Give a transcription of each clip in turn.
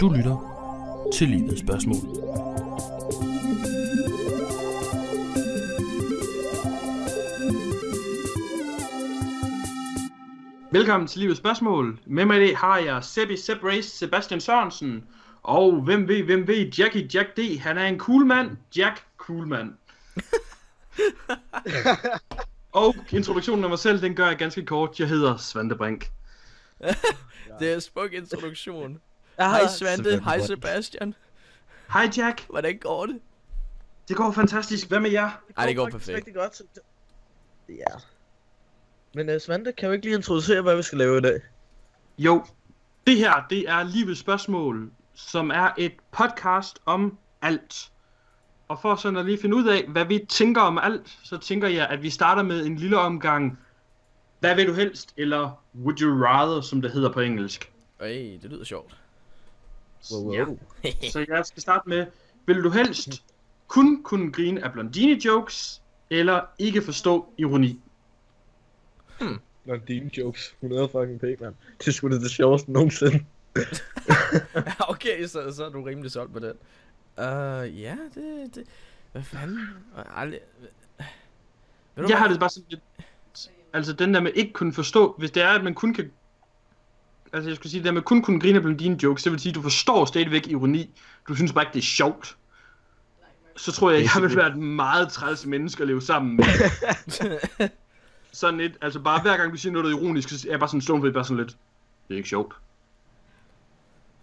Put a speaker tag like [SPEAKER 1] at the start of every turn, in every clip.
[SPEAKER 1] Du lytter til livets spørgsmål.
[SPEAKER 2] Velkommen til Livets Spørgsmål. Med mig i dag har jeg Seppi Sepp Race, Sebastian Sørensen, og hvem ved, hvem ved, Jackie Jack D. Han er en cool mand, Jack cool mand. og introduktionen af mig selv, den gør jeg ganske kort. Jeg hedder Svante Brink.
[SPEAKER 3] Det er en smuk introduktion.
[SPEAKER 4] Jeg
[SPEAKER 3] Hej
[SPEAKER 4] har,
[SPEAKER 3] Svante,
[SPEAKER 1] Sebastian
[SPEAKER 3] hej
[SPEAKER 1] Brønd.
[SPEAKER 3] Sebastian.
[SPEAKER 2] Hej Jack,
[SPEAKER 3] Hvordan går det?
[SPEAKER 2] det går fantastisk. Hvad med jer?
[SPEAKER 3] Ej, det går
[SPEAKER 4] faktisk
[SPEAKER 3] perfekt.
[SPEAKER 4] Rigtig godt. så- Ja. Men uh, Svante, kan vi ikke lige introducere, hvad vi skal lave i dag?
[SPEAKER 2] Jo, det her, det er Livets Spørgsmål, som er et podcast om alt. Og for sådan at lige finde ud af, hvad vi tænker om alt, så tænker jeg, at vi starter med en lille omgang. Hvad vil du helst, eller would you rather, som det hedder på engelsk.
[SPEAKER 3] Øj, det lyder sjovt.
[SPEAKER 2] Ja. Så jeg skal starte med, vil du helst kun kunne grine af blondine jokes, eller ikke forstå ironi?
[SPEAKER 4] Blondine jokes. Hun er fucking pæk, mand. Det skulle sgu da det sjoveste nogensinde.
[SPEAKER 3] okay, så, så er du rimelig solgt på den. Uh, ja, det, det... Hvad fanden? Jeg har aldrig... Ved du
[SPEAKER 2] Jeg har
[SPEAKER 3] hvad?
[SPEAKER 2] det bare sådan lidt... Altså den der med ikke kunne forstå, hvis det er, at man kun kan... Altså jeg skulle sige, det der med kun kunne grine af blondine jokes, det vil sige, at du forstår stadigvæk ironi. Du synes bare ikke, det er sjovt. Så tror jeg, jeg vil være et meget træls menneske at leve sammen med. sådan lidt, altså bare hver gang du siger noget der er ironisk, så er jeg bare sådan stående bare sådan lidt, det er ikke sjovt.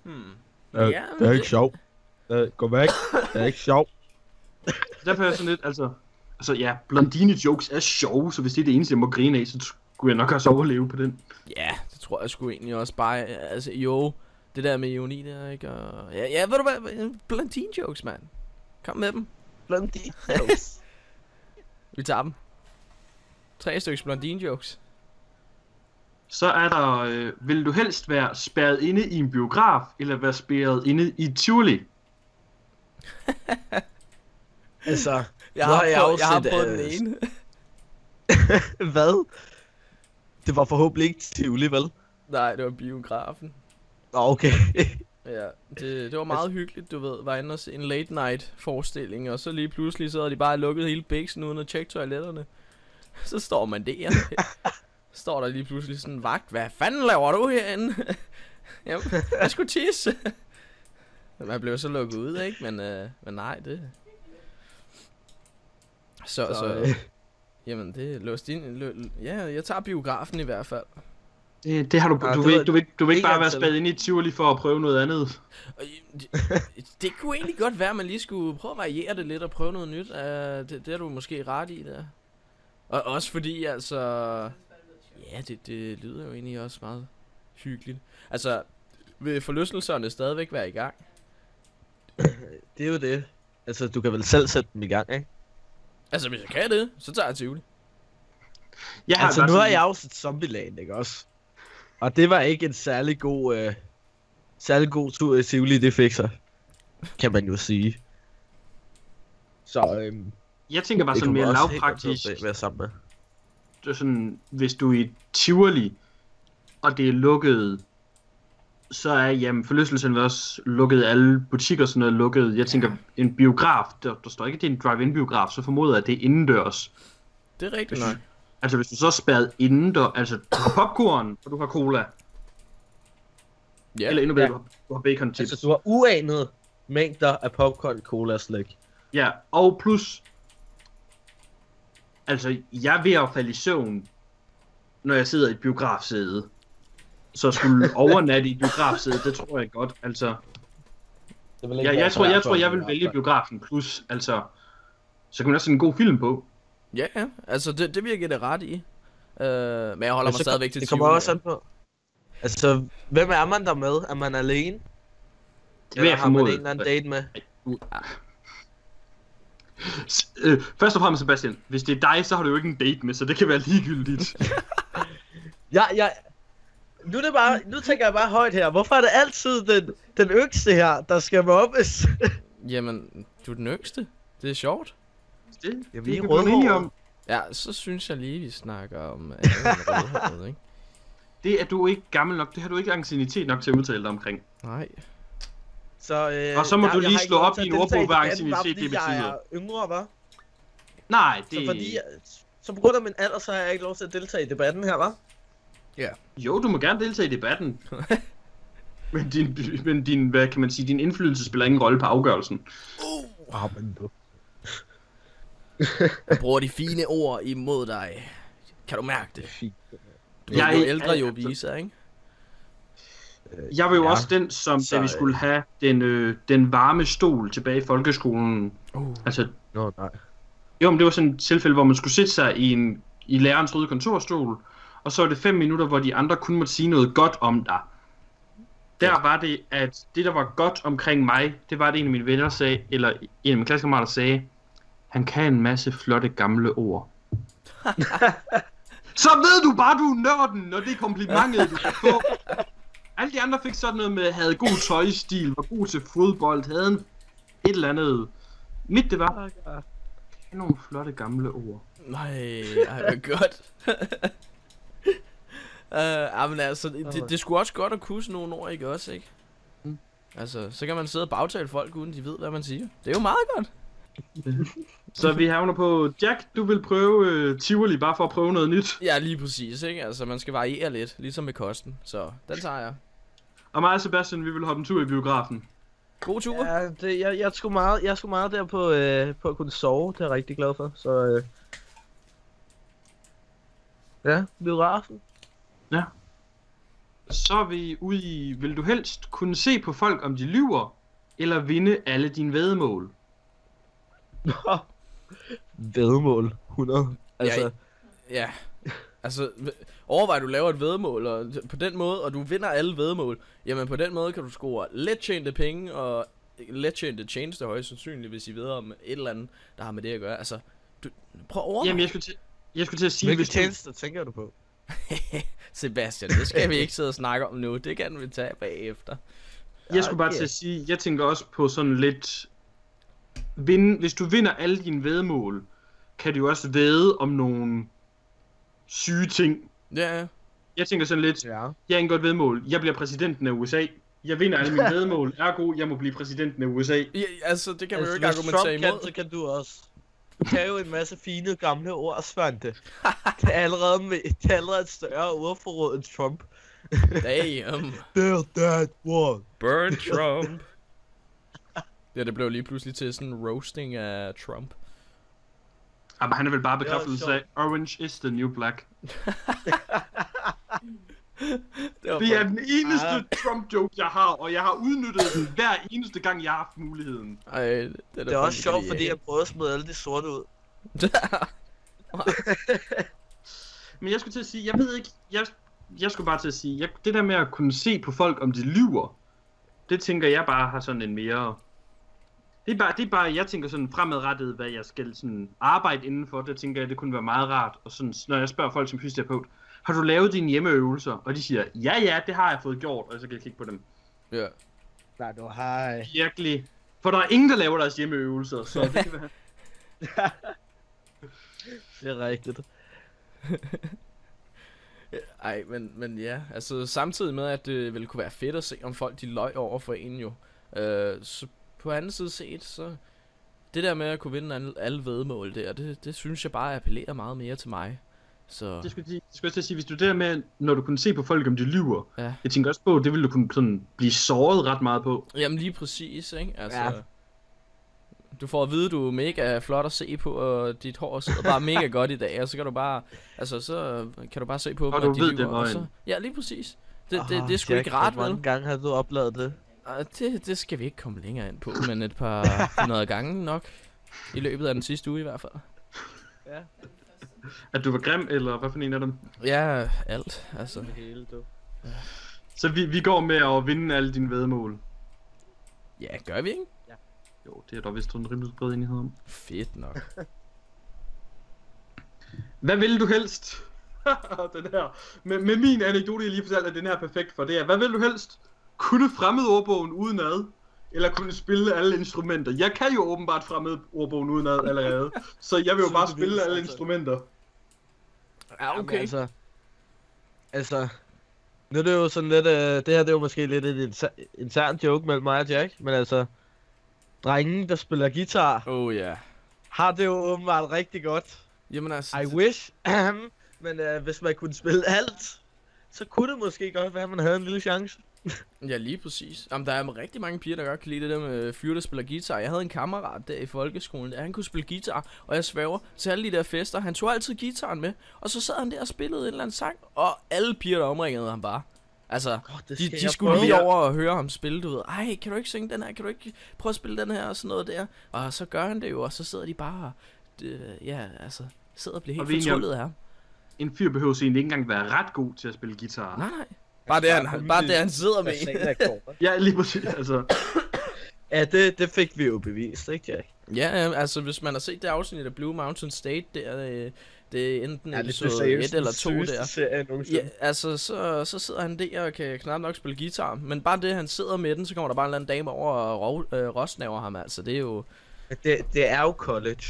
[SPEAKER 3] Hmm.
[SPEAKER 5] Øh,
[SPEAKER 3] Ja, men
[SPEAKER 5] det er
[SPEAKER 3] det-
[SPEAKER 5] ikke sjovt. Øh, gå væk. Det er ikke sjovt.
[SPEAKER 2] Derfor er jeg sådan lidt, altså, altså ja, blondine jokes er sjove, så hvis det er det eneste, jeg må grine af, så skulle jeg nok også overleve på den.
[SPEAKER 3] Ja, det tror jeg sgu egentlig også bare... Altså, jo, det der med ironi der, ikke? Og... Ja, ja, ved du hvad? Blondine jokes, mand. Kom med dem.
[SPEAKER 4] Blondine jokes.
[SPEAKER 3] Vi tager dem. Tre stykker blondine jokes.
[SPEAKER 2] Så er der, øh, vil du helst være spærret inde i en biograf, eller være spærret inde i Tivoli?
[SPEAKER 4] altså,
[SPEAKER 3] Jeg
[SPEAKER 4] Nu
[SPEAKER 3] har,
[SPEAKER 4] har øh, jeg
[SPEAKER 3] prøvet, jeg har
[SPEAKER 4] afsnit
[SPEAKER 3] prøvet
[SPEAKER 4] af-
[SPEAKER 3] den ene.
[SPEAKER 4] hvad? Det var forhåbentlig ikke Tivoli, vel?
[SPEAKER 3] Nej, det var biografen.
[SPEAKER 4] Nå, okay.
[SPEAKER 3] Ja, det, det var meget hyggeligt, du ved, var inde og se en late night forestilling, og så lige pludselig så havde de bare lukket hele biksen uden at tjekke toiletterne. Så står man der. står der lige pludselig sådan en vagt, hvad fanden laver du herinde? Jamen, jeg skulle tisse. Man blev så lukket ud, ikke? Men, øh, men nej, det... Så, så,
[SPEAKER 4] øh.
[SPEAKER 3] så jamen det låste ind, lø, ja, jeg tager biografen i hvert fald.
[SPEAKER 2] Det, det har du,
[SPEAKER 4] Ja,
[SPEAKER 2] du,
[SPEAKER 4] det
[SPEAKER 2] vil,
[SPEAKER 4] ved
[SPEAKER 2] ikke- du, vil, ikke- du vil ikke
[SPEAKER 4] jeg
[SPEAKER 2] bare være
[SPEAKER 4] selv.
[SPEAKER 2] spærret inde i Tivoli for at prøve noget andet.
[SPEAKER 3] Og i- Det, det kunne egentlig godt være, at man lige skulle prøve at variere det lidt og prøve noget nyt. Uh, det, det er du måske ret i der. Og også fordi, altså... Ja, det, det lyder jo egentlig også meget hyggeligt. Altså, vil forlystelserne stadigvæk være i gang?
[SPEAKER 4] det er jo det. Altså, du kan vel selv sætte dem i gang, ikke?
[SPEAKER 3] Altså, hvis jeg kan det, så tager jeg Tivoli.
[SPEAKER 2] Jeg
[SPEAKER 4] altså,
[SPEAKER 2] bare
[SPEAKER 4] nu har
[SPEAKER 2] sådan-
[SPEAKER 4] jeg jo set Zombieland, ikke også? Og det var ikke en særlig god, øh, særlig god tur i Tivoli, det fik sig. Kan man jo sige. Så, øhm,
[SPEAKER 2] Jeg tænker bare sådan mere lavpraktisk.
[SPEAKER 4] Være sammen med.
[SPEAKER 2] Det er Sådan, hvis du er i Tivoli, og det er lukket, så er jamen, forlystelsen vel også lukket. Alle butikker og sådan noget er lukket. Jeg tænker, en biograf, der, der står ikke, at det er en drive-in-biograf, så formoder jeg, at det er indendørs.
[SPEAKER 3] Det er rigtigt nok.
[SPEAKER 2] Altså, hvis du så er spærret indendør, altså, du har popcorn, og du har cola, ja.
[SPEAKER 3] Ja,
[SPEAKER 2] eller endnu bedre,
[SPEAKER 4] Ja.
[SPEAKER 2] ja. du har bacon chips.
[SPEAKER 4] Altså,
[SPEAKER 2] Altså,
[SPEAKER 4] du har uanede mængder af popcorn, cola og slik.
[SPEAKER 2] ja, og plus, altså, jeg er ved at falde i søvn, når jeg sidder i et biografsæde. Så at skulle overnatte i et biografsæde, det tror jeg godt, altså.
[SPEAKER 4] Det vil
[SPEAKER 2] Jeg, jeg, tror, jeg tror, jeg vil vælge biografen plus, altså, så kan man også se en god film på.
[SPEAKER 3] ja, ja. altså det, det virker det ret i. Uh, men jeg holder mig stadigvæk til
[SPEAKER 4] Altså, Det kommer
[SPEAKER 3] Tivoli.
[SPEAKER 4] også an på. Altså, hvem er man der med? Er man alene?
[SPEAKER 2] Det vil
[SPEAKER 4] Eller
[SPEAKER 2] jeg
[SPEAKER 4] har man en
[SPEAKER 2] formode.
[SPEAKER 4] eller anden date med?
[SPEAKER 2] S- øh, Først og fremmest, Sebastian, hvis det er dig, så har du jo ikke en date med, så det kan være ligegyldigt.
[SPEAKER 4] Ja, ja. Nu, er det bare, nu tænker jeg bare højt her. Hvorfor er det altid den, den yngste her, der skal mobbes?
[SPEAKER 3] Jamen, du er den yngste. Det er sjovt.
[SPEAKER 2] Det,
[SPEAKER 4] Jamen,
[SPEAKER 2] det
[SPEAKER 4] I
[SPEAKER 2] er vi
[SPEAKER 4] er
[SPEAKER 2] blevet enige
[SPEAKER 4] rødhårede.
[SPEAKER 2] om.
[SPEAKER 3] Ja, så synes jeg lige, vi snakker om øh, rødhåret, ikke?
[SPEAKER 2] Det er du ikke gammel nok. Det har du ikke angstinitet nok til at udtale dig omkring.
[SPEAKER 3] Nej.
[SPEAKER 4] Så, øh,
[SPEAKER 2] Og så må
[SPEAKER 4] jeg-
[SPEAKER 2] du
[SPEAKER 4] jeg
[SPEAKER 2] lige
[SPEAKER 4] har ikke
[SPEAKER 2] slår
[SPEAKER 4] lov
[SPEAKER 2] op
[SPEAKER 4] til at
[SPEAKER 2] i en ordbog,
[SPEAKER 4] deltage
[SPEAKER 2] hvad anciennitet
[SPEAKER 4] debatten, bare fordi
[SPEAKER 2] det betyder.
[SPEAKER 4] Jeg er yngre, hva'?
[SPEAKER 2] Nej, det...
[SPEAKER 4] Så fordi jeg, så på grund af min alder, så har jeg ikke lov til at deltage i debatten her, hva'?
[SPEAKER 2] Jo, du må gerne deltage i debatten. men, din, men din, hvad kan man sige, din indflydelse spiller ingen rolle på afgørelsen.
[SPEAKER 5] Ah, men du.
[SPEAKER 3] Jeg bruger de fine ord imod dig. Kan du mærke det?
[SPEAKER 5] Fint.
[SPEAKER 3] Du er
[SPEAKER 2] Jeg-
[SPEAKER 3] jo ældre, jo
[SPEAKER 2] altså-
[SPEAKER 3] viser, ikke?
[SPEAKER 2] Jeg var jo
[SPEAKER 5] Øh, Ja.
[SPEAKER 2] ja. også den, som
[SPEAKER 4] Så,
[SPEAKER 2] så, da vi
[SPEAKER 4] øh,
[SPEAKER 2] skulle have den, øh, den varme stol tilbage i folkeskolen.
[SPEAKER 3] Uh.
[SPEAKER 2] Altså,
[SPEAKER 5] Oh. Nå, nej.
[SPEAKER 2] jo, men det var sådan et tilfælde, hvor man skulle sætte sig i, en, i lærerens røde kontorstol, og så var det fem minutter, hvor de andre kun måtte sige noget godt om dig. Der var det, at det, der var godt omkring mig, det var det, en af mine venner sagde, eller en af mine klassekammerater sagde, han kan en masse flotte gamle ord. så ved du bare, du er nørden, og det er komplimentet, du kan få. Alle de andre fik sådan noget med, havde god tøjstil, var god til fodbold, havde en et eller andet. Mit det var, jeg kan nogle flotte gamle ord.
[SPEAKER 3] Nej, ej, hvor godt. uh, ah, men altså, det, det, det skulle også godt at kunne sådan nogle ord, ikke også, ikke?
[SPEAKER 2] Mm.
[SPEAKER 3] Altså, så kan man sidde og bagtale folk, uden de ved, hvad man siger. Det er jo meget godt.
[SPEAKER 2] Så vi havner på, Jack, du vil prøve øh, Tivoli bare for at prøve noget nyt.
[SPEAKER 3] Ja, lige præcis, ikke? Altså, man skal variere lidt, ligesom med kosten. Så, den tager jeg.
[SPEAKER 2] Og mig og Sebastian, vi vil hoppe en tur i biografen.
[SPEAKER 3] God tur. Ja.
[SPEAKER 4] Ja, det, jeg, jeg, er sgu meget, jeg er sgu meget der på, øh, på at kunne sove, det er jeg rigtig glad for. Så, øh... Ja, biografen.
[SPEAKER 2] Så er vi ude i, vil du helst kunne se på folk, om de lyver, eller vinde alle dine væddemål?
[SPEAKER 5] Vedmål. 100.
[SPEAKER 4] Altså,
[SPEAKER 3] Ja, ja. Altså, v- overvej, du laver et vedmål, og d- på den måde, og du vinder alle vedmål. Jamen, på den måde kan du score let tjente penge, og let tjente tjeneste højst sandsynligt, hvis I ved om et eller andet, der har med det at gøre. Altså, du, prøv at overveje.
[SPEAKER 2] Jamen, jeg skulle til, jeg skulle til at sige,
[SPEAKER 4] hvilke
[SPEAKER 2] hvis du,
[SPEAKER 4] tjenester tænker du på?
[SPEAKER 3] Sebastian, det skal vi ikke sidde og snakke om nu. Det kan vi tage bagefter.
[SPEAKER 2] jeg skulle bare til at sige, jeg tænker også på sådan lidt, vinde, hvis du vinder alle dine væddemål, kan du jo også væde om nogle syge ting.
[SPEAKER 3] Ja, ja.
[SPEAKER 2] Jeg tænker sådan lidt,
[SPEAKER 4] Ja.
[SPEAKER 2] Jeg er en godt vedmål. Jeg bliver præsidenten af USA. Jeg vinder alle mine vedmål. Ergo, jeg må blive præsidenten af USA.
[SPEAKER 3] ja altså, det kan man jo
[SPEAKER 4] altså,
[SPEAKER 3] ikke
[SPEAKER 4] hvis
[SPEAKER 3] argumentere
[SPEAKER 4] Trump kan,
[SPEAKER 3] imod.
[SPEAKER 4] så kan du også. Du kan jo en masse fine gamle ord, Svante. Det er allerede, med, det er allerede et større ordforråd end Trump.
[SPEAKER 3] Damn.
[SPEAKER 5] There that one.
[SPEAKER 3] Burn Trump. ja, det blev lige pludselig til sådan en roasting af Trump.
[SPEAKER 2] Jamen, han er vel bare
[SPEAKER 4] er også
[SPEAKER 2] bekræftelse af,
[SPEAKER 4] sjovt.
[SPEAKER 2] orange is the new black.
[SPEAKER 3] Det var
[SPEAKER 2] Det er den eneste Trump-joke, jeg har, og jeg har udnyttet den hver eneste gang, jeg har haft muligheden.
[SPEAKER 3] Ej, det er,
[SPEAKER 4] Det er også sjovt, fordi jeg prøvede at smide alle de sorte ud.
[SPEAKER 2] Men jeg skulle til at sige, jeg ved ikke, jeg, jeg skulle bare til at sige, jeg, det der med at kunne se på folk, om de lyver, det tænker jeg bare har sådan en mere... Det er bare, det er bare jeg tænker sådan fremadrettet, hvad jeg skal sådan arbejde indenfor, det tænker jeg, det kunne være meget rart. Og sådan, når jeg spørger folk som fysioterapeut, har du lavet dine hjemmeøvelser? Og de siger, ja ja, det har jeg fået gjort, og så kan jeg kigge på dem.
[SPEAKER 3] Ja.
[SPEAKER 5] Nej, du har...
[SPEAKER 2] Virkelig. For der er ingen, der laver deres hjemmeøvelser, så det kan være...
[SPEAKER 4] Det er rigtigt.
[SPEAKER 3] Ej, men, men ja, altså samtidig med, at det ville kunne være fedt at se, om folk de løg over for en jo. Øh, så på anden side set, så det der med at kunne vinde alle, alle vedmål der, det, det synes jeg bare appellerer meget mere til mig.
[SPEAKER 2] Det
[SPEAKER 3] Så
[SPEAKER 2] skulle, jeg sige- det skulle jeg til at sige, hvis du der med, når du kunne se på folk, om de lyver,
[SPEAKER 3] Ja.
[SPEAKER 2] jeg tænker også på, det ville du kunne sådan blive såret ret meget på.
[SPEAKER 3] jamen lige præcis, ikke? Altså,
[SPEAKER 4] Ja.
[SPEAKER 3] Du får at vide, du er mega flot at se på, og dit hår sidder bare mega godt i dag, og så kan du bare, altså så kan du bare se på
[SPEAKER 2] Og
[SPEAKER 3] dem,
[SPEAKER 2] du
[SPEAKER 3] de
[SPEAKER 2] ved,
[SPEAKER 3] lyver,
[SPEAKER 2] det var
[SPEAKER 3] og så,
[SPEAKER 2] en.
[SPEAKER 3] Ja, lige præcis. Det, det, det, er sgu ikke rart, vel?
[SPEAKER 4] mange gange har du opladet det?
[SPEAKER 3] Ej, Det, det skal vi ikke komme længere ind på, men et par hundrede gange nok. I løbet af den sidste uge i hvert fald.
[SPEAKER 2] At du var grim, eller hvad for en af dem?
[SPEAKER 3] Ja, alt, altså.
[SPEAKER 4] Hele, du.
[SPEAKER 2] Så vi, vi går med at vinde alle dine vedmål.
[SPEAKER 3] Ja, gør vi ikke?
[SPEAKER 2] Jo, det er der vist en rimelig bred enighed om.
[SPEAKER 3] Fedt nok.
[SPEAKER 2] Hvad vil du helst? den her. Med, med min anekdote, jeg lige fortalte, er den her perfekt for det er, hvad vil du helst? Kunne fremmedordbogen udenad? Eller kunne spille alle instrumenter? Jeg kan jo åbenbart fremmedordbogen udenad allerede, så jeg vil jo
[SPEAKER 4] Så
[SPEAKER 2] bare
[SPEAKER 4] det
[SPEAKER 2] spille
[SPEAKER 4] vildt,
[SPEAKER 2] alle
[SPEAKER 4] altså.
[SPEAKER 2] instrumenter.
[SPEAKER 3] Ja,
[SPEAKER 4] Jamen, altså, altså, Nu er det jo sådan lidt, øh, det her det er jo måske lidt en inter- intern joke mellem mig og Jack, men altså, drengen, der spiller guitar,
[SPEAKER 3] Oh ja. Yeah.
[SPEAKER 4] har det jo åbenbart rigtig godt.
[SPEAKER 3] Jamen altså,
[SPEAKER 4] I wish, men øh, hvis man kunne spille alt, så kunne det måske godt være, at man havde en lille chance.
[SPEAKER 3] ja lige præcis. Jamen der er rigtig mange piger, der godt kan lide det der med fyre, der spiller guitar. Jeg havde en kammerat der i folkeskolen, der han kunne spille guitar, og jeg svæver til alle de der fester. Han tog altid gitaren med, og så sad han der og spillede en eller anden sang, og alle piger, der omringede ham bare. Altså,
[SPEAKER 4] Oh, det
[SPEAKER 3] De, de skulle lige over og høre ham spille, du ved. Ej, kan du ikke synge den her? Kan du ikke prøve at spille den her? Og sådan noget der. Og så gør han det jo, og så sidder de bare og, øh, ja, altså, sidder og bliver
[SPEAKER 2] Og
[SPEAKER 3] helt
[SPEAKER 2] vi er enige om-
[SPEAKER 3] fortrullet af ham.
[SPEAKER 2] En fyr behøver egentlig ikke engang være ret god til at spille guitar.
[SPEAKER 3] Nej, nej. Bare det,
[SPEAKER 4] svarer
[SPEAKER 3] han,
[SPEAKER 4] på
[SPEAKER 3] bare
[SPEAKER 4] mit-
[SPEAKER 3] det, han sidder med.
[SPEAKER 4] over.
[SPEAKER 2] Ja, lige præcis, altså.
[SPEAKER 4] ja, det, det fik vi jo bevist, ikke Jack?
[SPEAKER 3] Ja, øh, altså, hvis man har set det afsnit af Blue Mountain State der, øh, det er enten
[SPEAKER 4] Ja,
[SPEAKER 3] ja,
[SPEAKER 4] det er
[SPEAKER 3] episode
[SPEAKER 4] seriøst
[SPEAKER 3] 1 eller 2
[SPEAKER 4] den
[SPEAKER 3] der.
[SPEAKER 4] sødeste serie nogensinde.
[SPEAKER 3] Ja, altså, så, så sidder han der og kan knap nok spille guitar. Men bare det, han sidder med den, så kommer der bare en eller anden dame over og rov, øh, rosnaver ham, altså. Det er jo...
[SPEAKER 4] Men Det, det er jo college,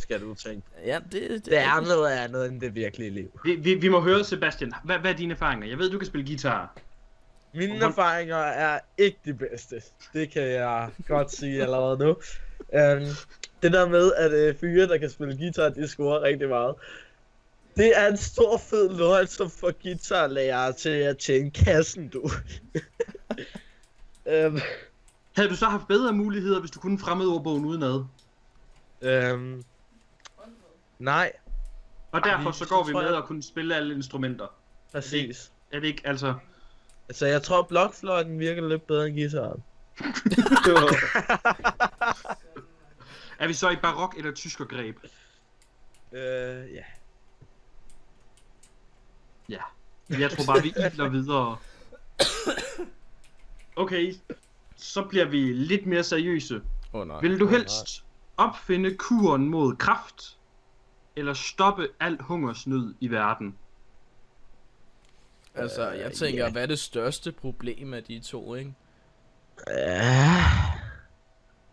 [SPEAKER 4] skal du tænke.
[SPEAKER 3] ja, det, det,
[SPEAKER 4] Det er noget andet end det virkelige liv.
[SPEAKER 2] Vi, vi, vi må høre, Sebastian. Hvad, hvad er dine erfaringer? Jeg ved, du kan spille guitar.
[SPEAKER 4] Mine
[SPEAKER 2] Hvor-
[SPEAKER 4] erfaringer er ikke de bedste. Det kan jeg godt sige allerede nu. Um, det der med, at øh, fyre, der kan spille guitar, de scorer rigtig meget. Det er en stor fed lort, som får guitarlærere til at tjene kassen, du. um,
[SPEAKER 2] Havde du så haft bedre muligheder, hvis du kunne fremmedordbogen udenad?
[SPEAKER 4] um, nej,
[SPEAKER 2] Og derfor så
[SPEAKER 4] så
[SPEAKER 2] går vi
[SPEAKER 4] tror
[SPEAKER 2] med
[SPEAKER 4] jeg-
[SPEAKER 2] at kunne spille alle instrumenter.
[SPEAKER 4] præcis.
[SPEAKER 2] Er det ikke, altså...
[SPEAKER 4] Altså, jeg tror, blokfløjten virker lidt bedre end guitaren.
[SPEAKER 2] Er vi så i barok eller tyskergreb?
[SPEAKER 4] Øh, ja.
[SPEAKER 2] Jeg tror bare, vi iler videre. Okay, så bliver vi lidt mere seriøse.
[SPEAKER 3] Åh, oh, nej.
[SPEAKER 2] Vil du helst opfinde kuren mod kraft, eller stoppe al hungersnød i verden?
[SPEAKER 3] Altså, jeg tænker, hvad er det største problem af de to, ikke?
[SPEAKER 4] Ja.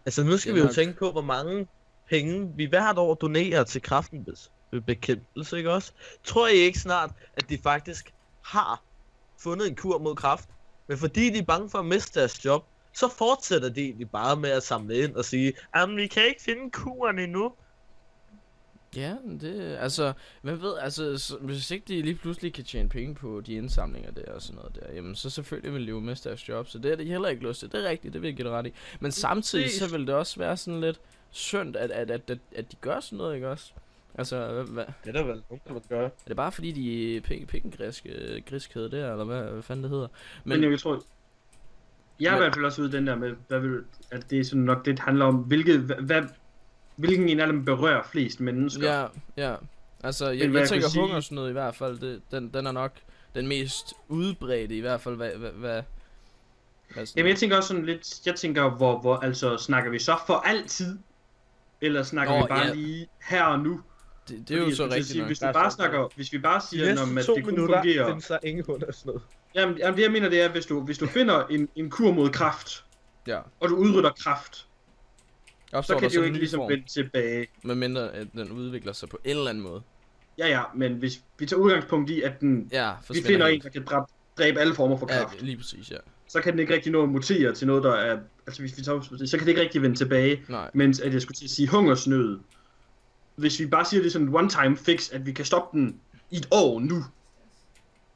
[SPEAKER 4] Altså nu skal
[SPEAKER 3] Det er
[SPEAKER 4] vi jo
[SPEAKER 3] nok-
[SPEAKER 4] tænke på, hvor mange penge vi hvert år donerer til kraftens bekæmpelse, ikke også? Tror I ikke snart, at de faktisk har fundet en kur mod kraft? Men fordi de er bange for at miste deres job, så fortsætter de egentlig bare med at samle ind og sige, jamen vi kan ikke finde kuren endnu.
[SPEAKER 3] Ja, det, altså, hvem ved, altså, s- hvis ikke de lige pludselig kan tjene penge på de indsamlinger der og sådan noget der, jamen, så selvfølgelig vil de jo miste deres job, så det er de heller ikke lyst til, det er rigtigt, det vil jeg give dig ret i. Men samtidig, så
[SPEAKER 4] Præcis.
[SPEAKER 3] vil det også være sådan lidt synd, at, at, at, at, at de gør sådan noget, ikke også? Altså, hvad, hvad,
[SPEAKER 4] Det er der vel nogen, der gør.
[SPEAKER 3] er det bare fordi, de er penge, pengegriske, griskhed der, eller hvad, hvad fanden det hedder?
[SPEAKER 2] Men,
[SPEAKER 3] Men,
[SPEAKER 2] men jeg tror... Jeg er i
[SPEAKER 3] Men-
[SPEAKER 2] hvert fald også ude i den der med, hvad vil, at det er sådan nok det handler om, hvilket, hvad- hvad, hvilken en af dem berører flest mennesker.
[SPEAKER 3] Ja, ja. Altså, jeg,
[SPEAKER 2] Men
[SPEAKER 3] jeg,
[SPEAKER 2] hvad jeg
[SPEAKER 3] tænker
[SPEAKER 2] kan sige-
[SPEAKER 3] hungersnød i hvert fald, det, den, den er nok den mest udbredte i hvert fald, hvad... hvad, hvad, hvad sådan-
[SPEAKER 2] Jamen jeg tænker også sådan lidt, jeg tænker, hvor, hvor altså snakker vi så for altid? Eller snakker
[SPEAKER 3] Nå,
[SPEAKER 2] vi bare
[SPEAKER 3] ja.
[SPEAKER 2] lige her og nu?
[SPEAKER 3] det, det er jo
[SPEAKER 2] Fordi jeg
[SPEAKER 3] så
[SPEAKER 2] skulle til at sige,
[SPEAKER 3] rigtigt nok.
[SPEAKER 2] Hvis
[SPEAKER 4] Der
[SPEAKER 2] vi
[SPEAKER 4] er
[SPEAKER 2] bare
[SPEAKER 4] så-
[SPEAKER 2] snakker, hvis vi bare
[SPEAKER 4] De
[SPEAKER 2] siger, når,
[SPEAKER 4] næste
[SPEAKER 2] at
[SPEAKER 4] to
[SPEAKER 2] det kun
[SPEAKER 4] minutter
[SPEAKER 2] fungerer...
[SPEAKER 4] findes der ingen hundersnød.
[SPEAKER 2] Jamen, jamen, det jeg mener, det er, hvis du, hvis du finder en, en kur mod kraft,
[SPEAKER 3] Ja.
[SPEAKER 2] og du udrytter kraft, så,
[SPEAKER 3] Opstår
[SPEAKER 2] så
[SPEAKER 3] der
[SPEAKER 2] kan det jo
[SPEAKER 3] sådan en
[SPEAKER 2] ikke
[SPEAKER 3] ny
[SPEAKER 2] ligesom
[SPEAKER 3] form,
[SPEAKER 2] vende tilbage.
[SPEAKER 3] Medmindre at den udvikler sig på en eller anden måde.
[SPEAKER 2] Ja, ja, men hvis vi tager udgangspunkt i, at den,
[SPEAKER 3] Ja,
[SPEAKER 2] vi
[SPEAKER 3] forsvinder
[SPEAKER 2] finder en,
[SPEAKER 3] helt.
[SPEAKER 2] der kan dræbe, dræbe alle former for kraft,
[SPEAKER 3] Ja, lige præcis, ja.
[SPEAKER 2] så kan den ikke rigtig nå at mutere til noget, der er... Altså, hvis vi tager, udgangspunkt i det, så kan det ikke rigtig vende tilbage.
[SPEAKER 3] Nej.
[SPEAKER 2] Mens at jeg skulle til at sige hungersnød. Hvis vi bare siger, det er sådan en one-time fix, at vi kan stoppe den i et år nu.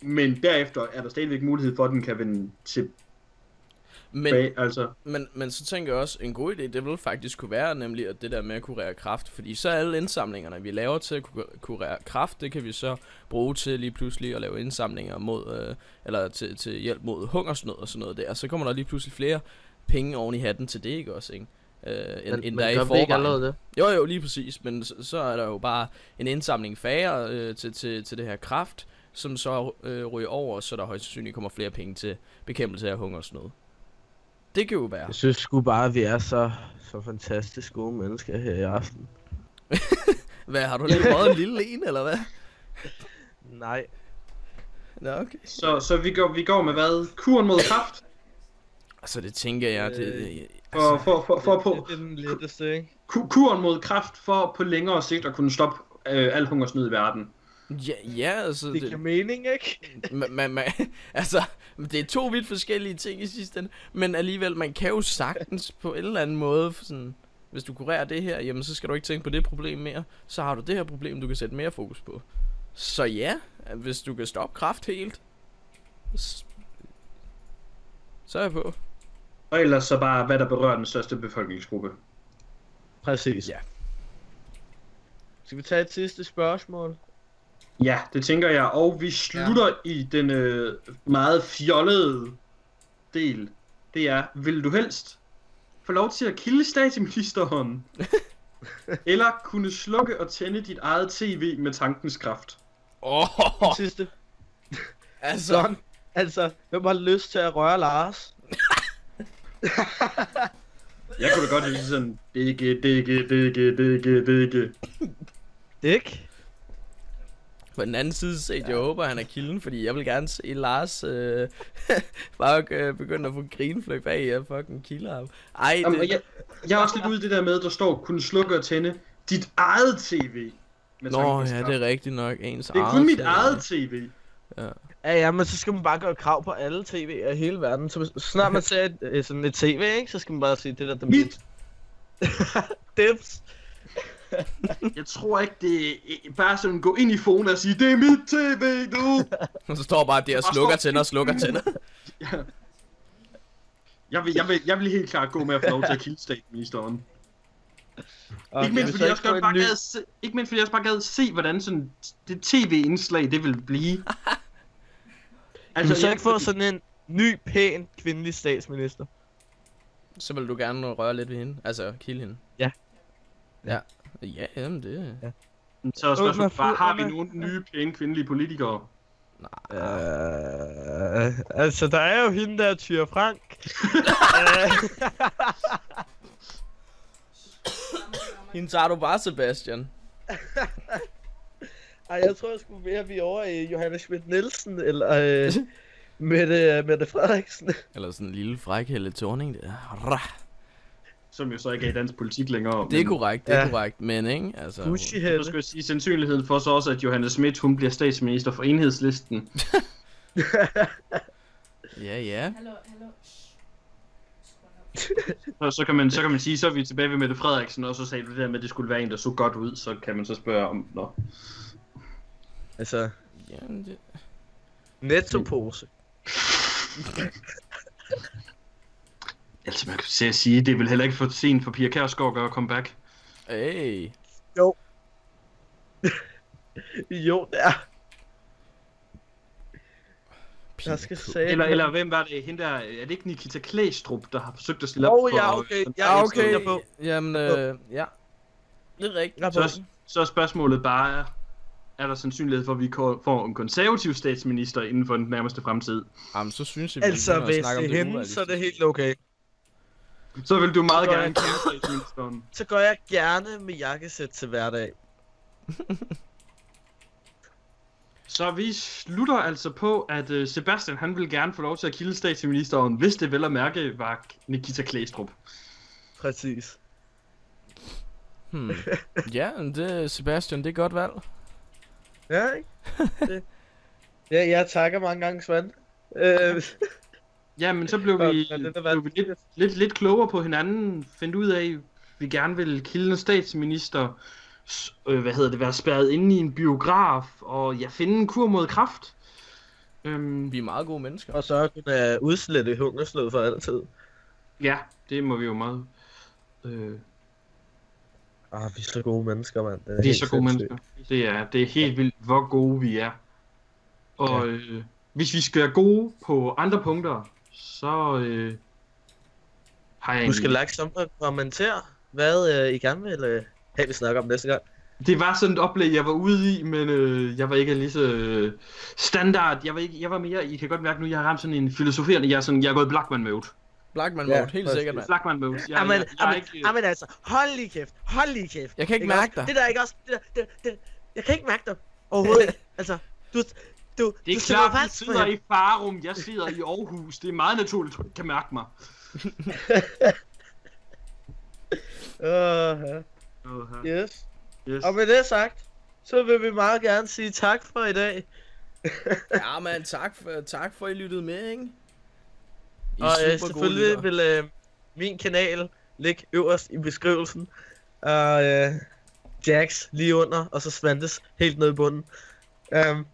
[SPEAKER 2] Men derefter er der stadigvæk mulighed for, at den kan vende tilbage.
[SPEAKER 3] Men,
[SPEAKER 2] Altså,
[SPEAKER 3] Men, men så tænker jeg også, en god idé, det ville faktisk kunne være nemlig at det der med at kurere kraft, fordi så alle indsamlingerne, vi laver til at ku- kurere kraft, det kan vi så bruge til lige pludselig at lave indsamlinger mod, øh, eller til, til hjælp mod hungersnød og sådan noget der, så kommer der lige pludselig flere penge oven i hatten til det, ikke også, ikke? Øh, end, end der er i forvejen.
[SPEAKER 4] det?
[SPEAKER 3] Jo, jo, lige præcis. Men så, så er der jo bare en indsamling færre øh, til, til, til det her kraft, som så øh, ryger over, så der højst sandsynligt kommer flere penge til bekæmpelse af hungersnød. Det kan jo være.
[SPEAKER 4] Jeg synes sgu bare, at vi er så, så fantastisk gode mennesker her i aften.
[SPEAKER 3] Hvad, har du lige røget en lille en, eller hvad?
[SPEAKER 4] Nej.
[SPEAKER 3] Nå, okay.
[SPEAKER 2] så, så vi, går, vi går med hvad? Kuren mod kraft?
[SPEAKER 3] Altså, det tænker jeg, det...
[SPEAKER 4] Øh,
[SPEAKER 3] Øh,
[SPEAKER 2] For,
[SPEAKER 3] altså,
[SPEAKER 2] for, for, for
[SPEAKER 4] det,
[SPEAKER 2] på,
[SPEAKER 4] det, det er den letteste, ikke?
[SPEAKER 2] ku- kuren mod kraft for på længere sigt at kunne stoppe øh, al hungersnød i verden.
[SPEAKER 3] Ja, ja altså...
[SPEAKER 4] Det giver mening, ikke?
[SPEAKER 3] man, man, man, altså, det er to vidt forskellige ting i sidste ende, men alligevel, man kan jo sagtens på en eller anden måde, sådan, hvis du kurerer det her, jamen så skal du ikke tænke på det problem mere, så har du det her problem, du kan sætte mere fokus på. Så ja, hvis du kan stoppe kraft helt, s- så er jeg på.
[SPEAKER 2] Og ellers så bare, hvad der berører den største befolkningsgruppe.
[SPEAKER 4] Præcis.
[SPEAKER 3] Ja.
[SPEAKER 4] Skal vi tage et sidste spørgsmål?
[SPEAKER 2] Ja, det tænker jeg. Og vi slutter ja. i den øh, meget fjollede del. Det er, vil du helst få lov til at kilde statsministeren? eller kunne slukke og tænde dit eget tv med tankens kraft?
[SPEAKER 3] Åh, oh,
[SPEAKER 4] Sidste.
[SPEAKER 3] altså,
[SPEAKER 4] Sådan. Altså, hvem har lyst til at røre Lars?
[SPEAKER 2] Jeg kunne da godt lide sådan, digge, digge, digge, digge, digge.
[SPEAKER 4] Dick?
[SPEAKER 3] på den anden side set, jeg håber, han er kilden, fordi jeg vil gerne se Lars øh, bare øh, begynde at få grinfløjt bag, jeg fucking kilder ham. Ej, det,
[SPEAKER 2] Jamen, og jeg, jeg er også lidt ude i det der med, der står, kunne slukke og tænde dit eget tv med
[SPEAKER 3] Nå,
[SPEAKER 2] tankens
[SPEAKER 3] ja,
[SPEAKER 2] kraft.
[SPEAKER 3] det er rigtigt nok ens
[SPEAKER 2] det er kun mit
[SPEAKER 3] tv.
[SPEAKER 2] eget tv.
[SPEAKER 4] Ja, ja, men så skal man bare gøre krav på alle tv'er i hele verden. Så hvis- så snart man ser et, øh, sådan et tv, ikke, så skal man bare sige, det der det er
[SPEAKER 2] Mit.
[SPEAKER 4] Dips.
[SPEAKER 2] Jeg tror ikke, det er øh, bare sådan gå ind i fonen og sige, det er mit tv nu.
[SPEAKER 3] Og så står bare der og
[SPEAKER 2] Bare
[SPEAKER 3] slukker
[SPEAKER 2] står-
[SPEAKER 3] tænder og slukker tænder.
[SPEAKER 2] Jeg vil, jeg, vil, jeg vil helt klart gå med at få lov til at kille statsministeren.
[SPEAKER 4] Okay,
[SPEAKER 2] ikke, mindst, fordi jeg også godt bare gad se, ikke mindst fordi jeg også bare gad se, hvordan sådan det tv-indslag det ville blive.
[SPEAKER 4] Altså, så
[SPEAKER 2] jeg-
[SPEAKER 4] ikke få sådan en ny, pæn, kvindelig statsminister.
[SPEAKER 3] Så vil du gerne røre lidt ved hende. Altså, kilde hende.
[SPEAKER 4] Ja.
[SPEAKER 3] Ja. Ja, jamen det... Ja.
[SPEAKER 2] Så er
[SPEAKER 4] Åbner
[SPEAKER 2] spørgsmålet bare,
[SPEAKER 4] fod-
[SPEAKER 2] har vi
[SPEAKER 4] åbner-
[SPEAKER 2] nogle nye pæne kvindelige politikere?
[SPEAKER 4] Øh, altså, der er jo hende der, Tyre Frank. Øh,
[SPEAKER 3] Hende tager du bare, Sebastian.
[SPEAKER 4] Ej, jeg tror sgu mere, vi er over i Johanne Schmidt Nielsen, eller øh, Mette, øh, Mette Frederiksen.
[SPEAKER 3] Eller sådan en lille fræk Helle Thorning der. Rah.
[SPEAKER 2] Som jo så ikke er i dansk politik længere.
[SPEAKER 3] Det er
[SPEAKER 2] men-
[SPEAKER 3] korrekt, det er
[SPEAKER 4] Ja.
[SPEAKER 3] korrekt. Men ikke? Altså,
[SPEAKER 4] Gucci
[SPEAKER 2] Så
[SPEAKER 4] Helle.
[SPEAKER 2] skulle jeg sige, sandsynligheden for så også, at Johannes Schmidt, hun bliver statsminister for enhedslisten.
[SPEAKER 3] Ja, ja.
[SPEAKER 6] Hallo, hallo. Shh.
[SPEAKER 2] Og så kan man, så kan man sige, så er vi tilbage ved Mette Frederiksen, og så sagde du det der med, at det skulle være en, der så godt ud, så kan man så spørge om, nå.
[SPEAKER 4] Altså,
[SPEAKER 3] Jamen, det...
[SPEAKER 4] nettopose.
[SPEAKER 2] Altså, man kan se at sige, det er vel heller ikke for sent for Pia Kærsgaard at gøre comeback.
[SPEAKER 3] Hey.
[SPEAKER 4] Jo, det er.
[SPEAKER 3] Pia
[SPEAKER 4] Jeg skal sige.
[SPEAKER 2] Eller, eller hvem var det, hende der, er det ikke Nikita Klæstrup, der har forsøgt at stille op
[SPEAKER 4] Åh,
[SPEAKER 2] for...
[SPEAKER 4] ja, okay.
[SPEAKER 3] Ja,
[SPEAKER 4] Ja, okay.
[SPEAKER 3] okay.
[SPEAKER 4] Jeg er på.
[SPEAKER 3] Jamen, øh, ja. Det er rigtigt.
[SPEAKER 4] Jeg er på.
[SPEAKER 2] Så, så er spørgsmålet bare, er der sandsynlighed for, at vi ko- får en konservativ statsminister inden for den nærmeste fremtid?
[SPEAKER 3] Jamen, så synes jeg, vi
[SPEAKER 4] Altså,
[SPEAKER 3] begynder at
[SPEAKER 4] hvis
[SPEAKER 3] snakke om
[SPEAKER 4] det er hende, så er det helt okay.
[SPEAKER 2] Så vil du meget
[SPEAKER 4] Nå,
[SPEAKER 2] gerne
[SPEAKER 4] ja.
[SPEAKER 2] kende statsministeren.
[SPEAKER 4] Så går jeg gerne med jakkesæt til hverdag.
[SPEAKER 2] Så vi slutter altså på, at øh, Sebastian han vil gerne få lov til at kilde statsministeren, hvis det vel at mærke var Nikita Klæstrup.
[SPEAKER 4] Præcis.
[SPEAKER 3] Hmm. Ja, men det, Sebastian, det er godt valg.
[SPEAKER 4] Ja, ikke? Det. Ja, jeg takker mange gange, Svend. Øh,
[SPEAKER 2] Ja, men så blev
[SPEAKER 4] Og-
[SPEAKER 2] vi,
[SPEAKER 4] og det, der var-
[SPEAKER 2] blev vi lidt, lidt, lidt klogere på hinanden, fandt ud af, vi gerne vil kilde en statsminister, s- øh, hvad hedder det, være spærret inde i en biograf, og ja, finde en kur mod kraft. Øhm,
[SPEAKER 3] Vi er meget gode mennesker.
[SPEAKER 4] og så øh, kunne jeg udslette hungersnød for altid.
[SPEAKER 2] ja, det må vi jo meget. Øh,
[SPEAKER 4] Ah, vi er så gode mennesker, mand. Det
[SPEAKER 2] Vi er
[SPEAKER 4] helt
[SPEAKER 2] så gode
[SPEAKER 4] sindssygt.
[SPEAKER 2] mennesker. Det er, det er helt vildt, hvor gode vi er. Og øh, hvis vi skal være gode på andre punkter, så øh, har jeg
[SPEAKER 4] Du skal
[SPEAKER 2] en...
[SPEAKER 4] lagt som at kommentere, hvad øh, I gerne vil øh, have, vi snakker om næste gang.
[SPEAKER 2] Det var sådan et oplæg, jeg var ude i, men øh, jeg var ikke lige så øh, standard. Jeg var, ikke, jeg var mere, I kan godt mærke nu, jeg har ramt sådan en filosoferende, jeg er, sådan, jeg er gået Blackman mode.
[SPEAKER 3] Blackman
[SPEAKER 4] Ja,
[SPEAKER 3] mode, helt
[SPEAKER 4] præcis.
[SPEAKER 3] sikkert, mand.
[SPEAKER 2] Blackman mode. Jeg,
[SPEAKER 4] Jamen,
[SPEAKER 2] jeg, jeg, er
[SPEAKER 4] jamen,
[SPEAKER 2] ikke, øh,
[SPEAKER 4] jamen altså, hold lige kæft, hold lige kæft.
[SPEAKER 3] Jeg kan ikke
[SPEAKER 4] også?
[SPEAKER 3] mærke dig.
[SPEAKER 4] Det der ikke også, det der, det, det, jeg kan ikke mærke dig overhovedet ikke. Altså, du, du,
[SPEAKER 2] det er
[SPEAKER 4] du
[SPEAKER 2] klart, du
[SPEAKER 4] fast på
[SPEAKER 2] sidder
[SPEAKER 4] hende.
[SPEAKER 2] i Farum, jeg sidder i Aarhus. Det er meget naturligt, du ikke kan mærke mig.
[SPEAKER 4] Åh, ja.
[SPEAKER 2] Uh-huh.
[SPEAKER 4] yes.
[SPEAKER 2] Yes.
[SPEAKER 4] Og med det sagt, så vil vi meget gerne sige tak for i dag.
[SPEAKER 3] Ja, mand, tak for, tak for, at I lyttede med, ikke? I er
[SPEAKER 4] Og øh,
[SPEAKER 3] supergode lyttere.
[SPEAKER 4] selvfølgelig vil øh, min kanal ligge øverst i beskrivelsen. Og øh, Jax lige under, og så Svantes helt nede i bunden. Um,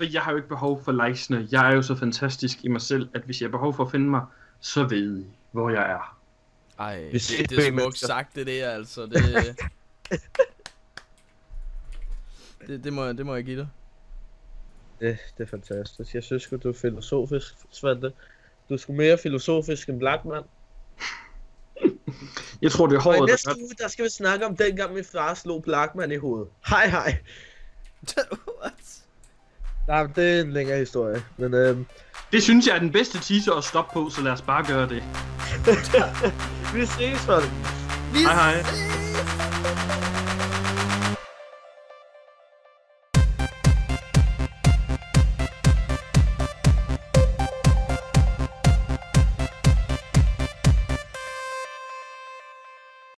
[SPEAKER 2] Og jeg har jo ikke behov for likesene. Jeg er jo så fantastisk i mig selv, at hvis jeg har behov for at finde mig, så ved I, hvor jeg er.
[SPEAKER 3] Ej, det,
[SPEAKER 4] ses
[SPEAKER 3] det,
[SPEAKER 4] bag
[SPEAKER 3] er smukt
[SPEAKER 4] mennesker.
[SPEAKER 3] sagt, det der, altså. Det, det, det, må, jeg- det må jeg give dig.
[SPEAKER 4] det, det er fantastisk. Jeg synes sgu, du er filosofisk, Svante. Du er sgu mere filosofisk end Blackman.
[SPEAKER 2] Jeg tror, det er
[SPEAKER 4] Og i
[SPEAKER 2] håret, der
[SPEAKER 4] næste
[SPEAKER 2] gør det.
[SPEAKER 4] uge, der skal vi snakke om dengang min far slog Blackman i hovedet. Hej hej.
[SPEAKER 3] What?
[SPEAKER 4] Nej, men det er en længere historie. Men øhm,
[SPEAKER 2] Det synes jeg er den bedste teaser at stoppe på, så lad os bare gøre det.
[SPEAKER 4] vi ses, Svante.
[SPEAKER 2] Hej hej.
[SPEAKER 3] Yes!